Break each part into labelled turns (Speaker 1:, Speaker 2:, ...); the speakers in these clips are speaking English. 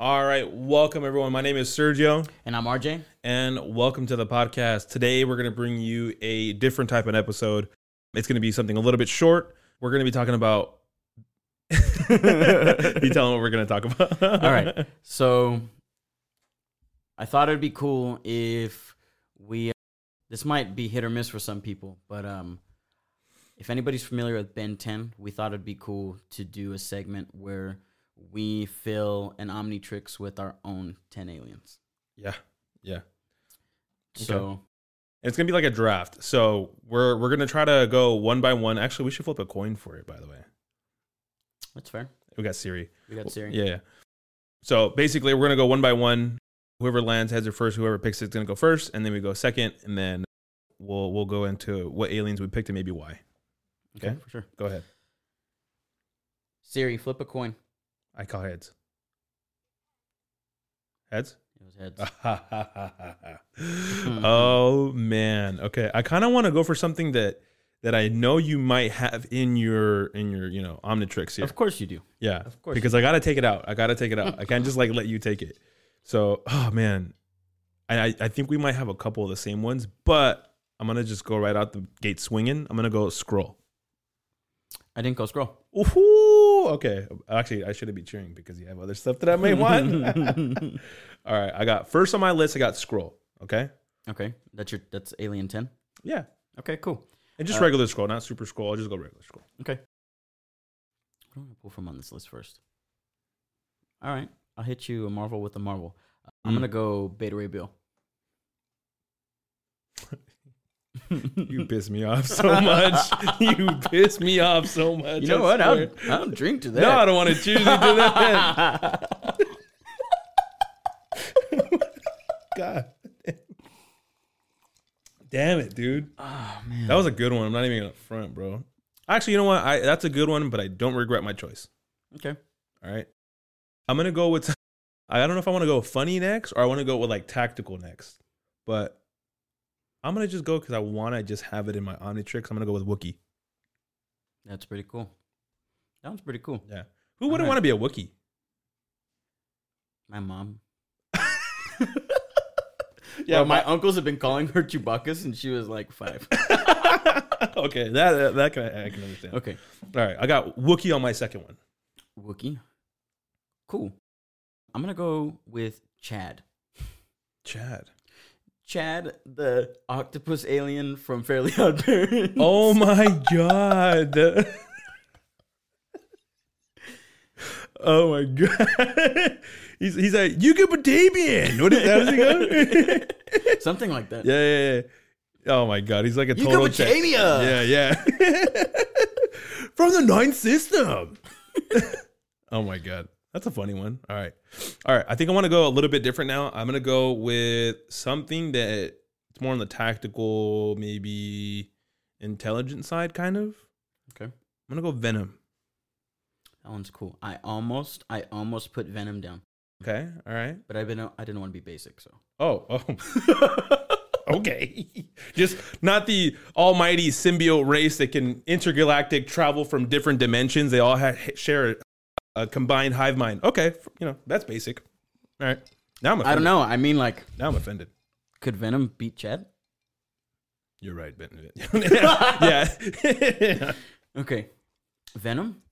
Speaker 1: All right, welcome everyone. My name is Sergio,
Speaker 2: And I'm RJ.
Speaker 1: and welcome to the podcast. Today, we're going to bring you a different type of episode. It's going to be something a little bit short. We're going to be talking about. you tell them what we're going to talk about.
Speaker 2: All right. So I thought it'd be cool if we this might be hit or miss for some people, but um if anybody's familiar with Ben 10, we thought it'd be cool to do a segment where we fill an Omnitrix with our own 10 aliens.
Speaker 1: Yeah, yeah.
Speaker 2: So
Speaker 1: It's going to be like a draft. So we're we're going to try to go one by one. Actually, we should flip a coin for it. By the way,
Speaker 2: that's fair.
Speaker 1: we got Siri.
Speaker 2: We got Siri.
Speaker 1: Yeah, yeah. So basically, we're gonna go one by one. Whoever lands heads or first. Whoever picks it's gonna go first, and then we go second, and then we'll we'll go into what aliens we picked and maybe why.
Speaker 2: Okay,
Speaker 1: Okay.
Speaker 2: for sure.
Speaker 1: Go ahead.
Speaker 2: Siri, flip a coin.
Speaker 1: I call heads. Heads.
Speaker 2: It was heads.
Speaker 1: oh man. Okay. I kind of want to go for something that that I know you might have in your in your you know Omnitrix here.
Speaker 2: Of course you do.
Speaker 1: Yeah,
Speaker 2: Of course.
Speaker 1: Because I gotta take it out. I gotta take it out. I can't just like let you take it. So, oh man, I I- I think we might have a couple of the same ones, but I'm gonna just go right out the gate swinging. I'm gonna go scroll.
Speaker 2: I didn't go scroll.
Speaker 1: Ooh, okay. Actually, I shouldn't be cheering because you have other stuff that I may want. All right, I got first on my list. I got scroll. Okay,
Speaker 2: Okay. That's your that's alien 10.
Speaker 1: yeah,
Speaker 2: Okay, cool.
Speaker 1: and just
Speaker 2: Uh,
Speaker 1: regular scroll, not super scroll. I'll just go regular scroll.
Speaker 2: Okay. What do I wanna pull from on this list first? All right. I'll hit you a Marvel with a Marvel. Uh, I'm
Speaker 1: Mm.
Speaker 2: going to go Beta Ray Bill.
Speaker 1: You piss me off so much. you piss me off so much.
Speaker 2: You know
Speaker 1: I
Speaker 2: what? I'll,
Speaker 1: swear.
Speaker 2: I'll drink to that.
Speaker 1: No, I don't want to choose to do that. God. Damn it, dude.
Speaker 2: oh, man.
Speaker 1: That was a good one. I'm not even gonna front, bro. Actually, you know what? I that's a good one, but I don't regret my choice.
Speaker 2: okay.
Speaker 1: All right. I'm gonna go with I don't know if I wanna go funny next or I wanna go with like tactical next. But I'm gonna just go because I wanna just have it in my Omnitrix. I'm gonna go with Wookiee.
Speaker 2: That's pretty cool. That one's pretty cool.
Speaker 1: Yeah. Who wouldn't
Speaker 2: All
Speaker 1: wanna
Speaker 2: right.
Speaker 1: be a Wookiee?
Speaker 2: My mom. Yeah, my uncles have been calling her Chewbacca since she was like five.
Speaker 1: okay, that that, that can I, I can understand.
Speaker 2: okay.
Speaker 1: All right, I got Wookiee on my second one.
Speaker 2: Wookie. Cool. I'm going to go with Chad.
Speaker 1: Chad.
Speaker 2: Chad, the octopus alien from Fairly Odd Parents.
Speaker 1: Oh my god. oh my god. he's he's like you get Batavian. What is that? yeah,
Speaker 2: something like that.
Speaker 1: yeah, yeah. Oh my god, he's like a
Speaker 2: You
Speaker 1: total
Speaker 2: go
Speaker 1: Chad-
Speaker 2: Batavia.
Speaker 1: Yeah, yeah. From the ninth system. oh my god. That's a funny one. All right. All right. I think I want to go a little bit different now. I'm gonna go with something that it's more on the tactical, maybe intelligent side, kind of.
Speaker 2: Okay.
Speaker 1: I'm gonna go Venom.
Speaker 2: That one's cool. I almost, I almost put Venom down,
Speaker 1: Okay. All right.
Speaker 2: but I've been, I didn't want to be basic, so.
Speaker 1: Oh, oh. okay. Just not the almighty symbiote race that can intergalactic travel from different dimensions. They all ha- share a, a combined hive mind. Okay, f- you know that's basic. All right. Now I'm. Offended.
Speaker 2: I don't know. I mean, like,
Speaker 1: Now I'm offended.
Speaker 2: could Venom beat Chad?
Speaker 1: You're right, Ben. yeah. yeah.
Speaker 2: Okay, Venom.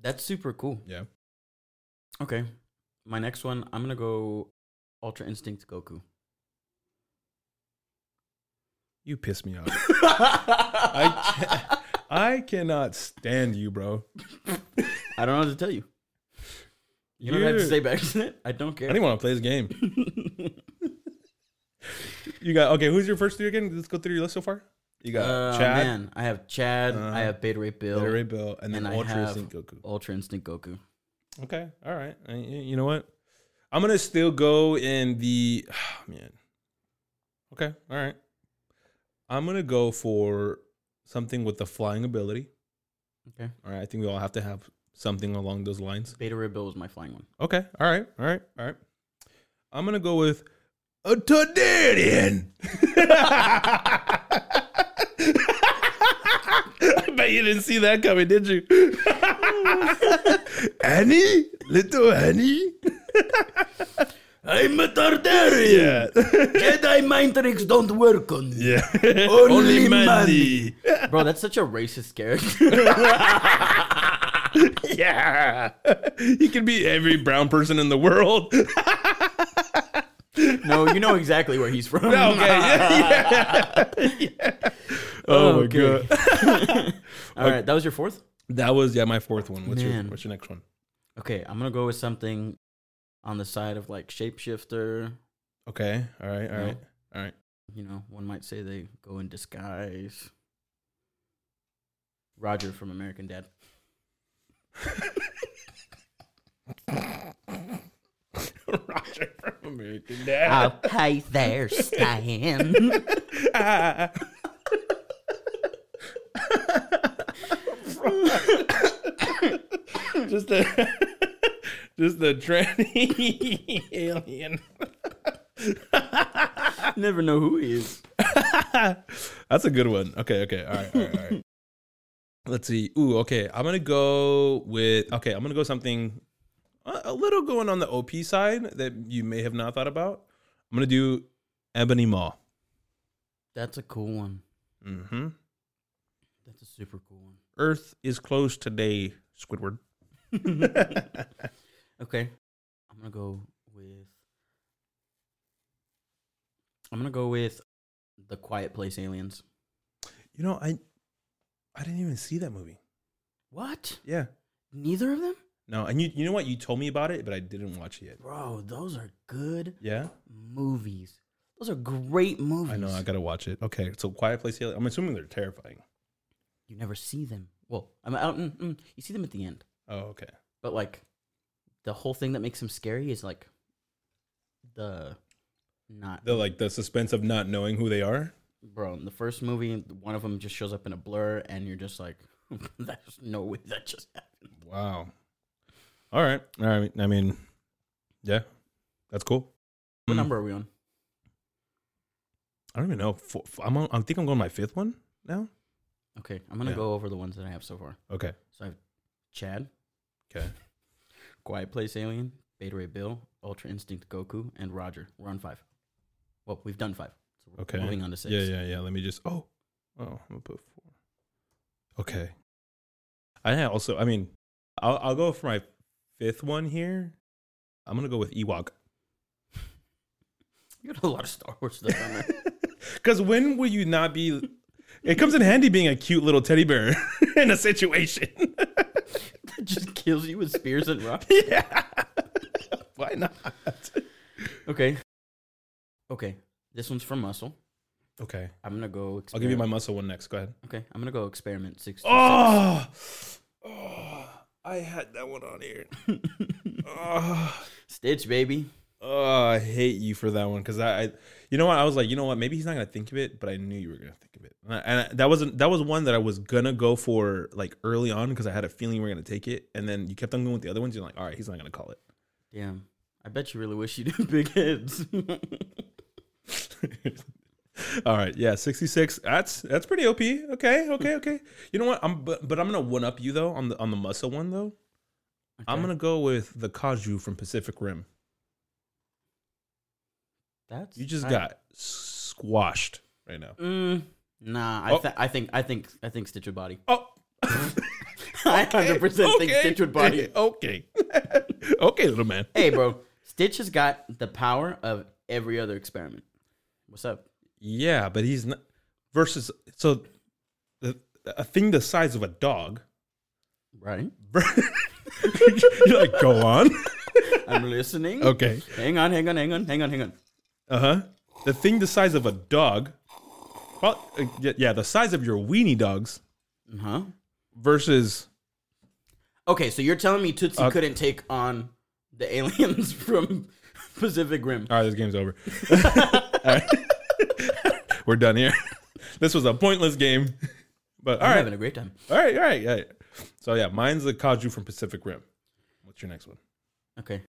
Speaker 2: That's super cool.
Speaker 1: Yeah.
Speaker 2: Okay, my next one, I'm gonna go Ultra Instinct Goku.
Speaker 1: You piss me off. I can't, I cannot stand you, bro.
Speaker 2: I don't know what to tell you. You don't have to
Speaker 1: You're-
Speaker 2: stay back to it. I don't care.
Speaker 1: I didn't want to play this game. you got okay. Who's your first three again? Let's go through your list so far. You got
Speaker 2: Uh,
Speaker 1: Chad.
Speaker 2: Man, I have Chad.
Speaker 1: Uh-huh.
Speaker 2: I have Beta Ray Bill.
Speaker 1: Beta Ray Bill, and then
Speaker 2: And I
Speaker 1: Ultra
Speaker 2: have-
Speaker 1: Instinct Goku.
Speaker 2: Ultra Instinct Goku.
Speaker 1: Okay, all right. Uh, y- You know what? I'm gonna still go in the oh, man. Okay, all right. I'm gonna go for something with the flying ability.
Speaker 2: Okay.
Speaker 1: All right. I think we all have to have something along those lines.
Speaker 2: Beta Ray Bill was my flying one.
Speaker 1: Okay. All right. All right. All right. I'm gonna go with a Tadarian. I bet you didn't see that coming, did you? Annie, little Annie.
Speaker 2: I'm a Targaryen. Jedi mind tricks don't work on me.
Speaker 1: Yeah.
Speaker 2: Only Mandy. Bro, that's such a racist character.
Speaker 1: Yeah. He could be every brown person in the world. okay.
Speaker 2: no, you know exactly where he's from.
Speaker 1: Yeah, yeah. Yeah. Oh, my god.
Speaker 2: Okay. All right, that was your fourth.
Speaker 1: That was yeah, my fourth one. What's your
Speaker 2: Man.
Speaker 1: what's your next one?
Speaker 2: Okay, I'm gonna go with something on the side of like shapeshifter.
Speaker 1: Okay. All right. All
Speaker 2: No.
Speaker 1: right. All right.
Speaker 2: You know, one might say they go in disguise. Roger from American Dad.
Speaker 1: Roger from American Dad.
Speaker 2: I'll pay their Stan.
Speaker 1: Ah. just the just the tranny alien.
Speaker 2: Never know who he is.
Speaker 1: That's a good one. Okay, okay. All right, all right, all right. Let's see. Ooh, okay. I'm gonna go with okay. I'm gonna go something a, a little going on the OP side that you may have not thought about. I'm gonna do Ebony Maw.
Speaker 2: That's a cool one.
Speaker 1: Mm-hmm.
Speaker 2: That's a super cool one.
Speaker 1: Earth is closed today, Squidward.
Speaker 2: Okay. I'm gonna go with I'm gonna go with the Quiet Place Aliens.
Speaker 1: You know, I I didn't even see that movie.
Speaker 2: What?
Speaker 1: Yeah.
Speaker 2: Neither of them?
Speaker 1: No, and you you know what? You told me about it, but I didn't watch it yet.
Speaker 2: Bro, those are good
Speaker 1: Yeah.
Speaker 2: movies. Those are great movies.
Speaker 1: I know. I gotta watch it. Okay. So Quiet Place. Alien- I'm assuming they're terrifying.
Speaker 2: you never see them. Well, I'm out. Mm, mm, you see them at the end,
Speaker 1: Oh, okay.
Speaker 2: but like the whole thing that makes them scary is like the not
Speaker 1: The like the suspense of not knowing who they are.
Speaker 2: bro. In the first movie, one of them just shows up in a blur, and you're just like, "There's no way that just happened."
Speaker 1: Wow. All right. All right. I mean, yeah, that's cool.
Speaker 2: What
Speaker 1: Hmm.
Speaker 2: number are we on?
Speaker 1: I don't even know. Four, f- I'm on, I think I'm going my fifth one now.
Speaker 2: Okay, I'm gonna
Speaker 1: Yeah.
Speaker 2: go over the ones that I have so far.
Speaker 1: Okay.
Speaker 2: So I have Chad,
Speaker 1: Okay.
Speaker 2: Quiet Place Alien, Beta Ray Bill, Ultra Instinct Goku, and Roger. We're on five. Well, we've done five. So we're
Speaker 1: Okay.
Speaker 2: moving on to six.
Speaker 1: Yeah, yeah, yeah. Let me just. Oh, oh, I'm gonna put four. Okay. I had also. I mean, I'll I'll go for my fifth one here. I'm gonna go with Ewok.
Speaker 2: You got a lot of Star Wars stuff on there.
Speaker 1: Because when will you not be? It comes in handy being a cute little teddy bear in a situation.
Speaker 2: that just kills you with spears and rocks.
Speaker 1: yeah. Why not?
Speaker 2: Okay. Okay. This one's from Muscle.
Speaker 1: Okay.
Speaker 2: I'm gonna go.
Speaker 1: I'll give you my
Speaker 2: experiment-
Speaker 1: muscle one next. Go ahead.
Speaker 2: Okay, I'm gonna go experiment six.
Speaker 1: Oh, oh I had that one on here. oh,
Speaker 2: Stitch, baby.
Speaker 1: oh, I hate you for that one because I, I, you know what? I was like, you know what? Maybe he's not gonna think of it, but I knew you were gonna think of it, and, I, and I- that wasn't that was one that I was gonna go for like early on because I had a feeling you were gonna take it, and then you kept on going with the other ones. You're like, all right, he's not gonna call it.
Speaker 2: Damn. I bet you really wish you did big heads.
Speaker 1: All right, yeah, sixty six. That's that's pretty op. Okay, okay, okay. You know what? I'm but, but I'm gonna one up you though on the on the muscle one though. I'm
Speaker 2: Okay.
Speaker 1: gonna go with the Kaju from Pacific Rim.
Speaker 2: That's
Speaker 1: You just
Speaker 2: I-
Speaker 1: got squashed right now.
Speaker 2: Mm, nah, I,
Speaker 1: Oh.
Speaker 2: th- I think I think I think Stitch would body.
Speaker 1: Oh,
Speaker 2: I hundred percent think
Speaker 1: okay,
Speaker 2: Stitch would body.
Speaker 1: Okay, okay, little man.
Speaker 2: hey, bro, Stitch has got the power of every other experiment. What's up?
Speaker 1: Yeah, but he's not versus. So, the, a thing the size of a dog.
Speaker 2: Right,
Speaker 1: You're like, go on.
Speaker 2: I'm listening.
Speaker 1: Okay.
Speaker 2: Hang on, hang on, hang on, hang on, hang on.
Speaker 1: Uh huh. The thing the size of a dog. Well, uh, y- yeah, the size of your weenie dogs Uh-huh.
Speaker 2: Huh?
Speaker 1: versus
Speaker 2: Okay, so you're telling me Tootsie
Speaker 1: Uh,
Speaker 2: couldn't take on the aliens from Pacific Rim?
Speaker 1: All right, this game's over. All right. We're done here. This was a pointless game. But all
Speaker 2: I'm
Speaker 1: right,
Speaker 2: having a great time.
Speaker 1: all right, all right, all right. So yeah, mine's the Kaju from Pacific Rim. What's your next one?
Speaker 2: Okay,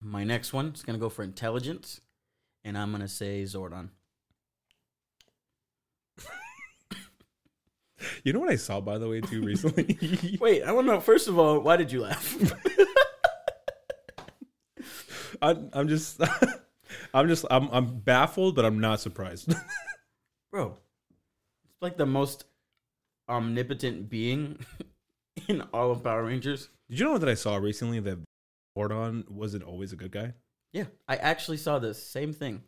Speaker 2: my next one is gonna go for intelligence, and I'm gonna say Zordon.
Speaker 1: You know what I saw by the way too recently?
Speaker 2: Wait, I want to know. First of all, why did you laugh?
Speaker 1: I, I'm just, I'm just, I'm, I'm baffled, but I'm not surprised.
Speaker 2: Bro, it's like the most omnipotent being in all of Power Rangers.
Speaker 1: Did you know that I saw recently that Zordon wasn't always a good guy?
Speaker 2: Yeah, I actually saw the same thing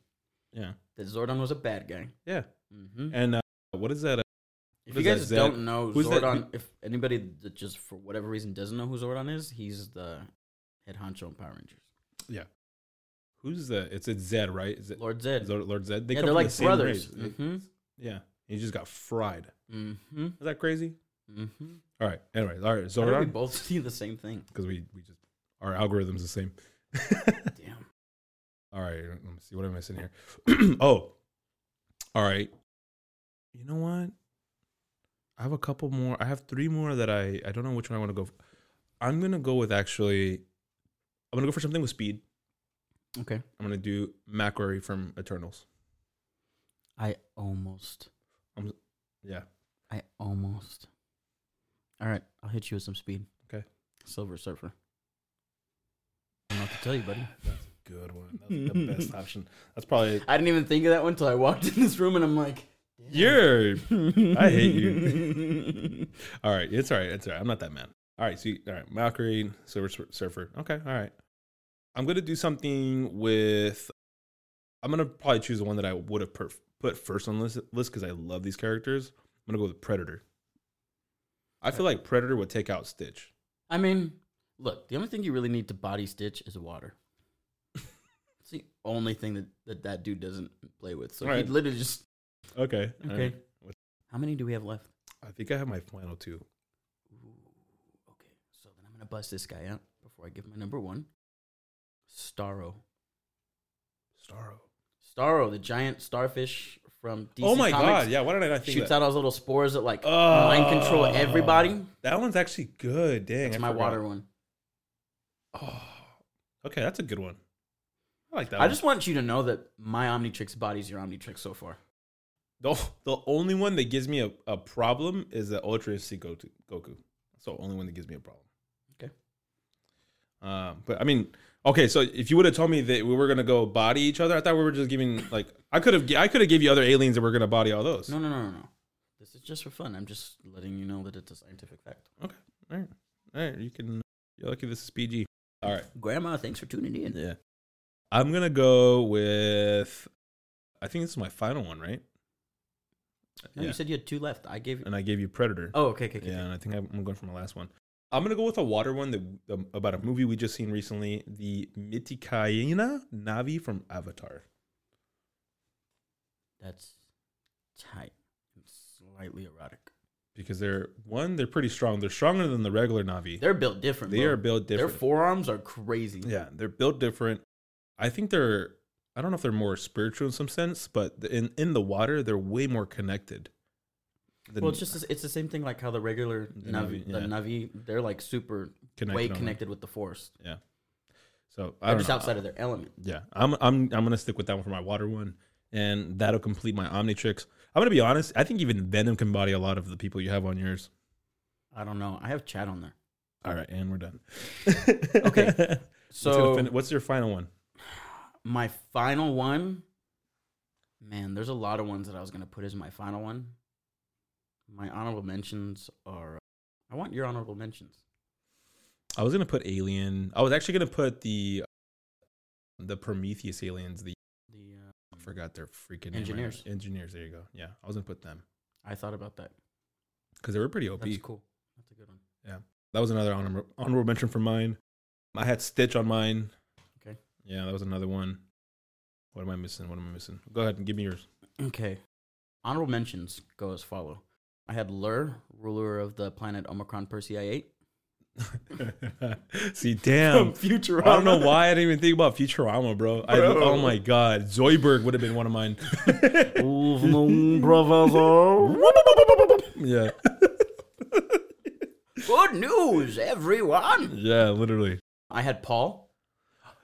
Speaker 1: Yeah,
Speaker 2: that Zordon was a bad guy.
Speaker 1: yeah.
Speaker 2: Mm-hmm.
Speaker 1: And uh, what is that? Uh,
Speaker 2: If
Speaker 1: What
Speaker 2: you
Speaker 1: is
Speaker 2: guys
Speaker 1: that, Zed?
Speaker 2: don't know
Speaker 1: Who's that-
Speaker 2: Zordon, if anybody that just for whatever reason doesn't know who Zordon is, he's the head honcho in Power Rangers.
Speaker 1: who's the? It's it's Zed, right? Is it
Speaker 2: Lord Zed.
Speaker 1: Lord, Lord Zed? They
Speaker 2: yeah,
Speaker 1: come
Speaker 2: they're
Speaker 1: from
Speaker 2: like
Speaker 1: the same
Speaker 2: brothers.
Speaker 1: race.
Speaker 2: Mm-hmm.
Speaker 1: Yeah, he just got fried.
Speaker 2: Mm-hmm.
Speaker 1: Is that crazy?
Speaker 2: Mm-hmm.
Speaker 1: All right. Anyways, all right.
Speaker 2: How did we
Speaker 1: Zordon,
Speaker 2: both see the same thing?
Speaker 1: because we we just our algorithm's the same.
Speaker 2: Damn.
Speaker 1: All right, let me see what I'm missing here. oh, all right. You know what? I have a couple more. I have three more that I I don't know which one I want to go. For. I'm gonna go with actually. I'm gonna go for something with speed.
Speaker 2: Okay.
Speaker 1: I'm gonna do Macquarie from Eternals.
Speaker 2: I almost.
Speaker 1: Yeah,
Speaker 2: I almost. All right, I'll hit you with some speed.
Speaker 1: Okay.
Speaker 2: Silver Surfer. I don't know what to tell you, buddy.
Speaker 1: that's a good one. That's the best option. That's probably
Speaker 2: I didn't even think of that one until I walked in this room and I'm like,
Speaker 1: you're.
Speaker 2: I
Speaker 1: hate
Speaker 2: you.
Speaker 1: All right, it's all right. It's all right. I'm not that man. All right, see, all right, Valkyrie, Silver Surfer. Okay, all right. I'm gonna do something with. I'm gonna probably choose the one that I would have perf- put first on this list because I love these characters. I'm gonna go with Predator. I feel like Predator would take out Stitch.
Speaker 2: I mean, look, the only thing you really need to body stitch is water. It's the only thing that that, that dude doesn't play with. So
Speaker 1: All right.
Speaker 2: he'd literally just.
Speaker 1: Okay. all
Speaker 2: Okay.
Speaker 1: right. What-
Speaker 2: How many do we have left?
Speaker 1: I think I have my final two.
Speaker 2: Ooh, okay. So then I'm gonna bust this guy out before I give my number one. Starro.
Speaker 1: Starro.
Speaker 2: Starro, the giant starfish from DC
Speaker 1: oh my
Speaker 2: Comics,
Speaker 1: god! Yeah. Why did I not think
Speaker 2: shoots
Speaker 1: that?
Speaker 2: out all those little spores that like
Speaker 1: Oh.
Speaker 2: mind control everybody.
Speaker 1: That one's actually good. Dang.
Speaker 2: It's
Speaker 1: I
Speaker 2: my
Speaker 1: forgot.
Speaker 2: water one.
Speaker 1: Oh. Okay, that's a good one. I like that.
Speaker 2: I
Speaker 1: one.
Speaker 2: just want you to know that my Omnitrix body's your Omnitrix so far.
Speaker 1: The, the only one that gives me a, a problem is the Ultra FC Goku. Goku. That's the only one that gives me a problem.
Speaker 2: Okay.
Speaker 1: Um, but I mean, okay. So if you would have told me that we were gonna go body each other, I thought we were just giving like I could have I could have give you other aliens that we're gonna body all those.
Speaker 2: No, no, no, no, no. This is just for fun. I'm just letting you know that it's a scientific fact.
Speaker 1: All right, all right. You can. You're lucky this is PG. All right.
Speaker 2: Grandma, thanks for tuning in.
Speaker 1: Yeah. I'm gonna go with. I think this is my final one, right?
Speaker 2: No,
Speaker 1: Yeah.
Speaker 2: you said you had two left. I gave you.
Speaker 1: And I gave you Predator.
Speaker 2: Oh, okay, okay, okay.
Speaker 1: Yeah, and I think I'm I'm going for my last one. I'm gonna go with a water one that um, about a movie we just seen recently, the Mitikaina Navi from Avatar.
Speaker 2: That's tight. and Slightly erotic.
Speaker 1: Because they're one, they're pretty strong. They're stronger than the regular Navi.
Speaker 2: They're built different.
Speaker 1: they
Speaker 2: bro.
Speaker 1: are built
Speaker 2: Their
Speaker 1: different.
Speaker 2: forearms are crazy.
Speaker 1: yeah, they're built different. I think they're I don't know if they're more spiritual in some sense, but the- in in the water they're way more connected. than
Speaker 2: well, it's just it's the same thing like how the regular
Speaker 1: The
Speaker 2: navi,
Speaker 1: Na'vi,
Speaker 2: the
Speaker 1: yeah.
Speaker 2: navi, they're like super way
Speaker 1: on-
Speaker 2: connected with the force.
Speaker 1: So I
Speaker 2: They're
Speaker 1: don't
Speaker 2: just
Speaker 1: know.
Speaker 2: outside of their element.
Speaker 1: Yeah, I'm I'm I'm gonna stick with that one for my water one, and that'll complete my Omnitrix. I'm gonna be honest. I think even Venom can body a lot of the people you have on yours.
Speaker 2: I don't know. I have chat on there.
Speaker 1: All right, and we're done.
Speaker 2: Okay,
Speaker 1: What's
Speaker 2: So
Speaker 1: gonna fin- what's your final one?
Speaker 2: my final one, man, there's a lot of ones that I was gonna put as my final one. My honorable mentions are. I want your honorable mentions.
Speaker 1: I was gonna put Alien. I was actually gonna put the the Prometheus aliens. The
Speaker 2: The uh,
Speaker 1: I forgot their freaking name right now.
Speaker 2: Engineers.
Speaker 1: engineers. There you go. Yeah, I was gonna put them
Speaker 2: I thought about that.
Speaker 1: because they were pretty OP.
Speaker 2: That's cool. That's a good one.
Speaker 1: That was another honorable, honorable mention for mine. I had Stitch on mine.
Speaker 2: Okay.
Speaker 1: Yeah, that was another one. What am I missing? What am I missing? Go ahead and give me yours.
Speaker 2: Okay. Honorable mentions go as follow. I had Lur, ruler of the planet Omicron Persei 8.
Speaker 1: See, damn.
Speaker 2: Futurama.
Speaker 1: I don't know why I didn't even think about Futurama, bro. I,
Speaker 2: Bro.
Speaker 1: oh my god, Zoidberg would have been one of mine. oh. yeah,
Speaker 2: Good news, everyone.
Speaker 1: yeah, literally.
Speaker 2: I had Paul.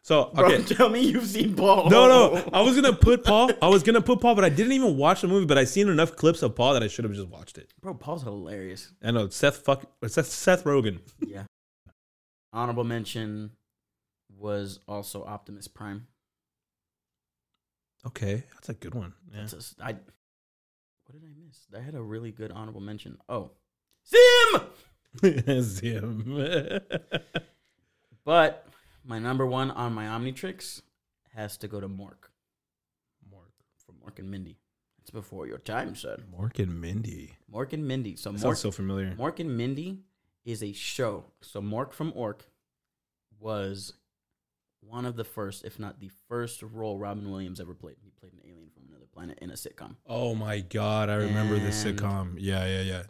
Speaker 1: So
Speaker 2: Bro,
Speaker 1: okay,
Speaker 2: tell me you've seen Paul.
Speaker 1: no, no, I was gonna put Paul. I was gonna put Paul, but I didn't even watch the movie. But I seen enough clips of Paul that I should have just watched it. uh,
Speaker 2: Bro, Paul's hilarious.
Speaker 1: I know Seth fuck Seth Seth Rogen.
Speaker 2: Yeah. Honorable mention was also Optimus Prime.
Speaker 1: Okay, that's a good one. Yeah.
Speaker 2: That's a s- I. What did I miss? I had a really good honorable mention. Oh, Zim.
Speaker 1: Zim.
Speaker 2: But my number one on my Omnitrix has to go to Mork
Speaker 1: Mork.
Speaker 2: from Mork and Mindy. It's before your time, son.
Speaker 1: Mork and Mindy.
Speaker 2: Mork and Mindy. So
Speaker 1: That
Speaker 2: Mork,
Speaker 1: sounds so familiar.
Speaker 2: Mork and Mindy is a show. So Mork from Ork was one of the first, if not the first, role Robin Williams ever played. He played an alien from another planet in a sitcom.
Speaker 1: Oh my god, I remember this
Speaker 2: And-
Speaker 1: sitcom. Yeah, yeah, yeah.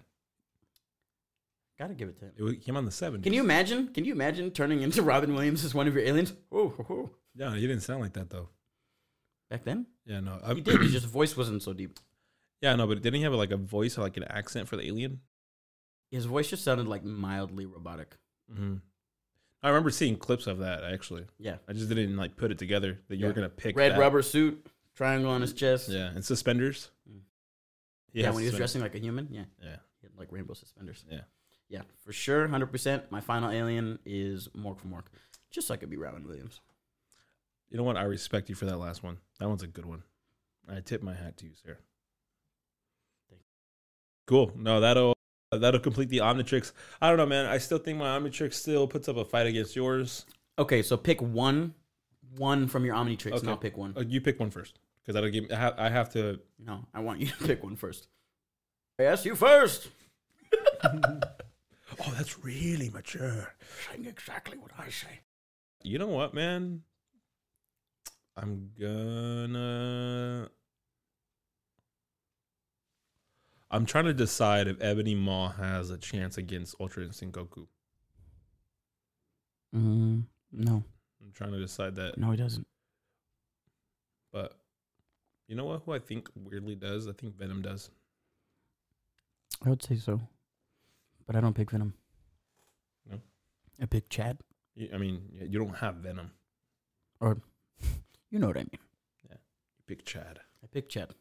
Speaker 2: Gotta give it to him.
Speaker 1: It was- came on the 70s.
Speaker 2: Can you imagine? Can you imagine turning into Robin Williams as one of your aliens? Whoa, whoa, whoa.
Speaker 1: Yeah, you didn't sound like that though.
Speaker 2: Back then,
Speaker 1: Yeah, no.
Speaker 2: he
Speaker 1: I'm,
Speaker 2: did. His just voice wasn't so deep.
Speaker 1: yeah, no, but didn't he have like a voice or like an accent for the alien?
Speaker 2: His voice just sounded like mildly robotic.
Speaker 1: hmm I remember seeing clips of that actually.
Speaker 2: Yeah.
Speaker 1: I just didn't like put it together that you were
Speaker 2: Yeah.
Speaker 1: gonna pick
Speaker 2: Red
Speaker 1: that.
Speaker 2: rubber suit, triangle on his chest.
Speaker 1: Yeah, and suspenders.
Speaker 2: Mm.
Speaker 1: He
Speaker 2: yeah
Speaker 1: has
Speaker 2: when he was
Speaker 1: suspenders.
Speaker 2: dressing like a human. Yeah.
Speaker 1: Yeah.
Speaker 2: He had like rainbow suspenders.
Speaker 1: Yeah.
Speaker 2: Yeah, for sure, hundred percent. My final alien is Mork from Mork, just so I could be Robin Williams.
Speaker 1: You know what? I respect you for that last one. That one's a good one. I tip my hat to you, sir.
Speaker 2: Thank
Speaker 1: Cool. No, that'll that'll complete the Omnitrix. I don't know, man. I still think my Omnitrix still puts up a fight against yours.
Speaker 2: Okay, so pick one, one from your Omnitrix,
Speaker 1: Okay.
Speaker 2: and I'll pick one.
Speaker 1: Uh, you pick one first, because that'll give. I have, I have to.
Speaker 2: No, I want you to pick one first. I asked you first.
Speaker 1: Oh, that's really mature.
Speaker 2: Saying exactly what I say.
Speaker 1: You know what, man? I'm gonna. I'm trying to decide if Ebony Maw has a chance against Ultra Instinct Goku.
Speaker 2: Mm, no,
Speaker 1: I'm trying to decide that.
Speaker 2: no, he doesn't.
Speaker 1: But you know what? Who I think weirdly does? I think Venom does.
Speaker 2: I would say so, but I don't pick Venom.
Speaker 1: No?
Speaker 2: I pick Chad.
Speaker 1: You- I mean, y- you don't have Venom.
Speaker 2: You know what I mean.
Speaker 1: You pick Chad.
Speaker 2: I pick Chad.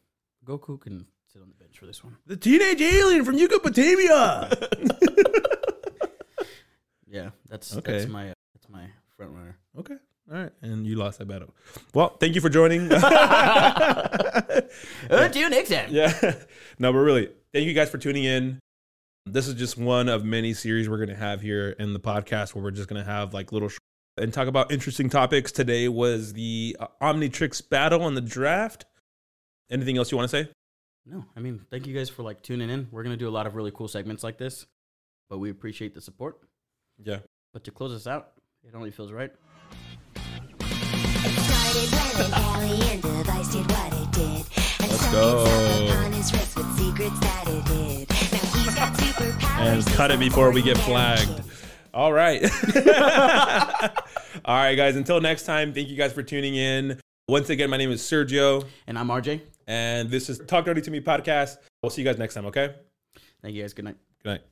Speaker 2: Goku can sit on the bench for this one.
Speaker 1: The teenage alien from Yucatania.
Speaker 2: Yeah, that's
Speaker 1: Okay.
Speaker 2: that's my that's my front runner.
Speaker 1: okay. All right. And you lost that battle. Well, thank you for joining.
Speaker 2: Until next time.
Speaker 1: yeah. No, but really, thank you guys for tuning in. This is just one of many series we're going to have here in the podcast where we're just going to have like little sh- and talk about interesting topics. Today was the uh, Omnitrix battle on the draft. Anything else you want to say?
Speaker 2: No, I mean, thank you guys for like tuning in. We're gonna do a lot of really cool segments like this, but we appreciate the support.
Speaker 1: Yeah.
Speaker 2: But to close us out, it only feels right.
Speaker 3: Started when an alien device did what it did. And
Speaker 1: Let's
Speaker 3: stuck
Speaker 1: go.
Speaker 3: itself upon his wrist with secrets that it hid. Now he's got superpowers.
Speaker 1: and
Speaker 3: he's
Speaker 1: cut it
Speaker 3: an
Speaker 1: before we get
Speaker 3: ordinary
Speaker 1: flagged.
Speaker 3: kid.
Speaker 1: All right. All right, guys. Until next time, thank you guys for tuning in. Once again, my name is Sergio,
Speaker 2: And I'm RJ.
Speaker 1: and this is Talk Dirty to Me podcast. We'll see you guys next time, okay?
Speaker 2: Thank you guys. Good night.
Speaker 1: Good night.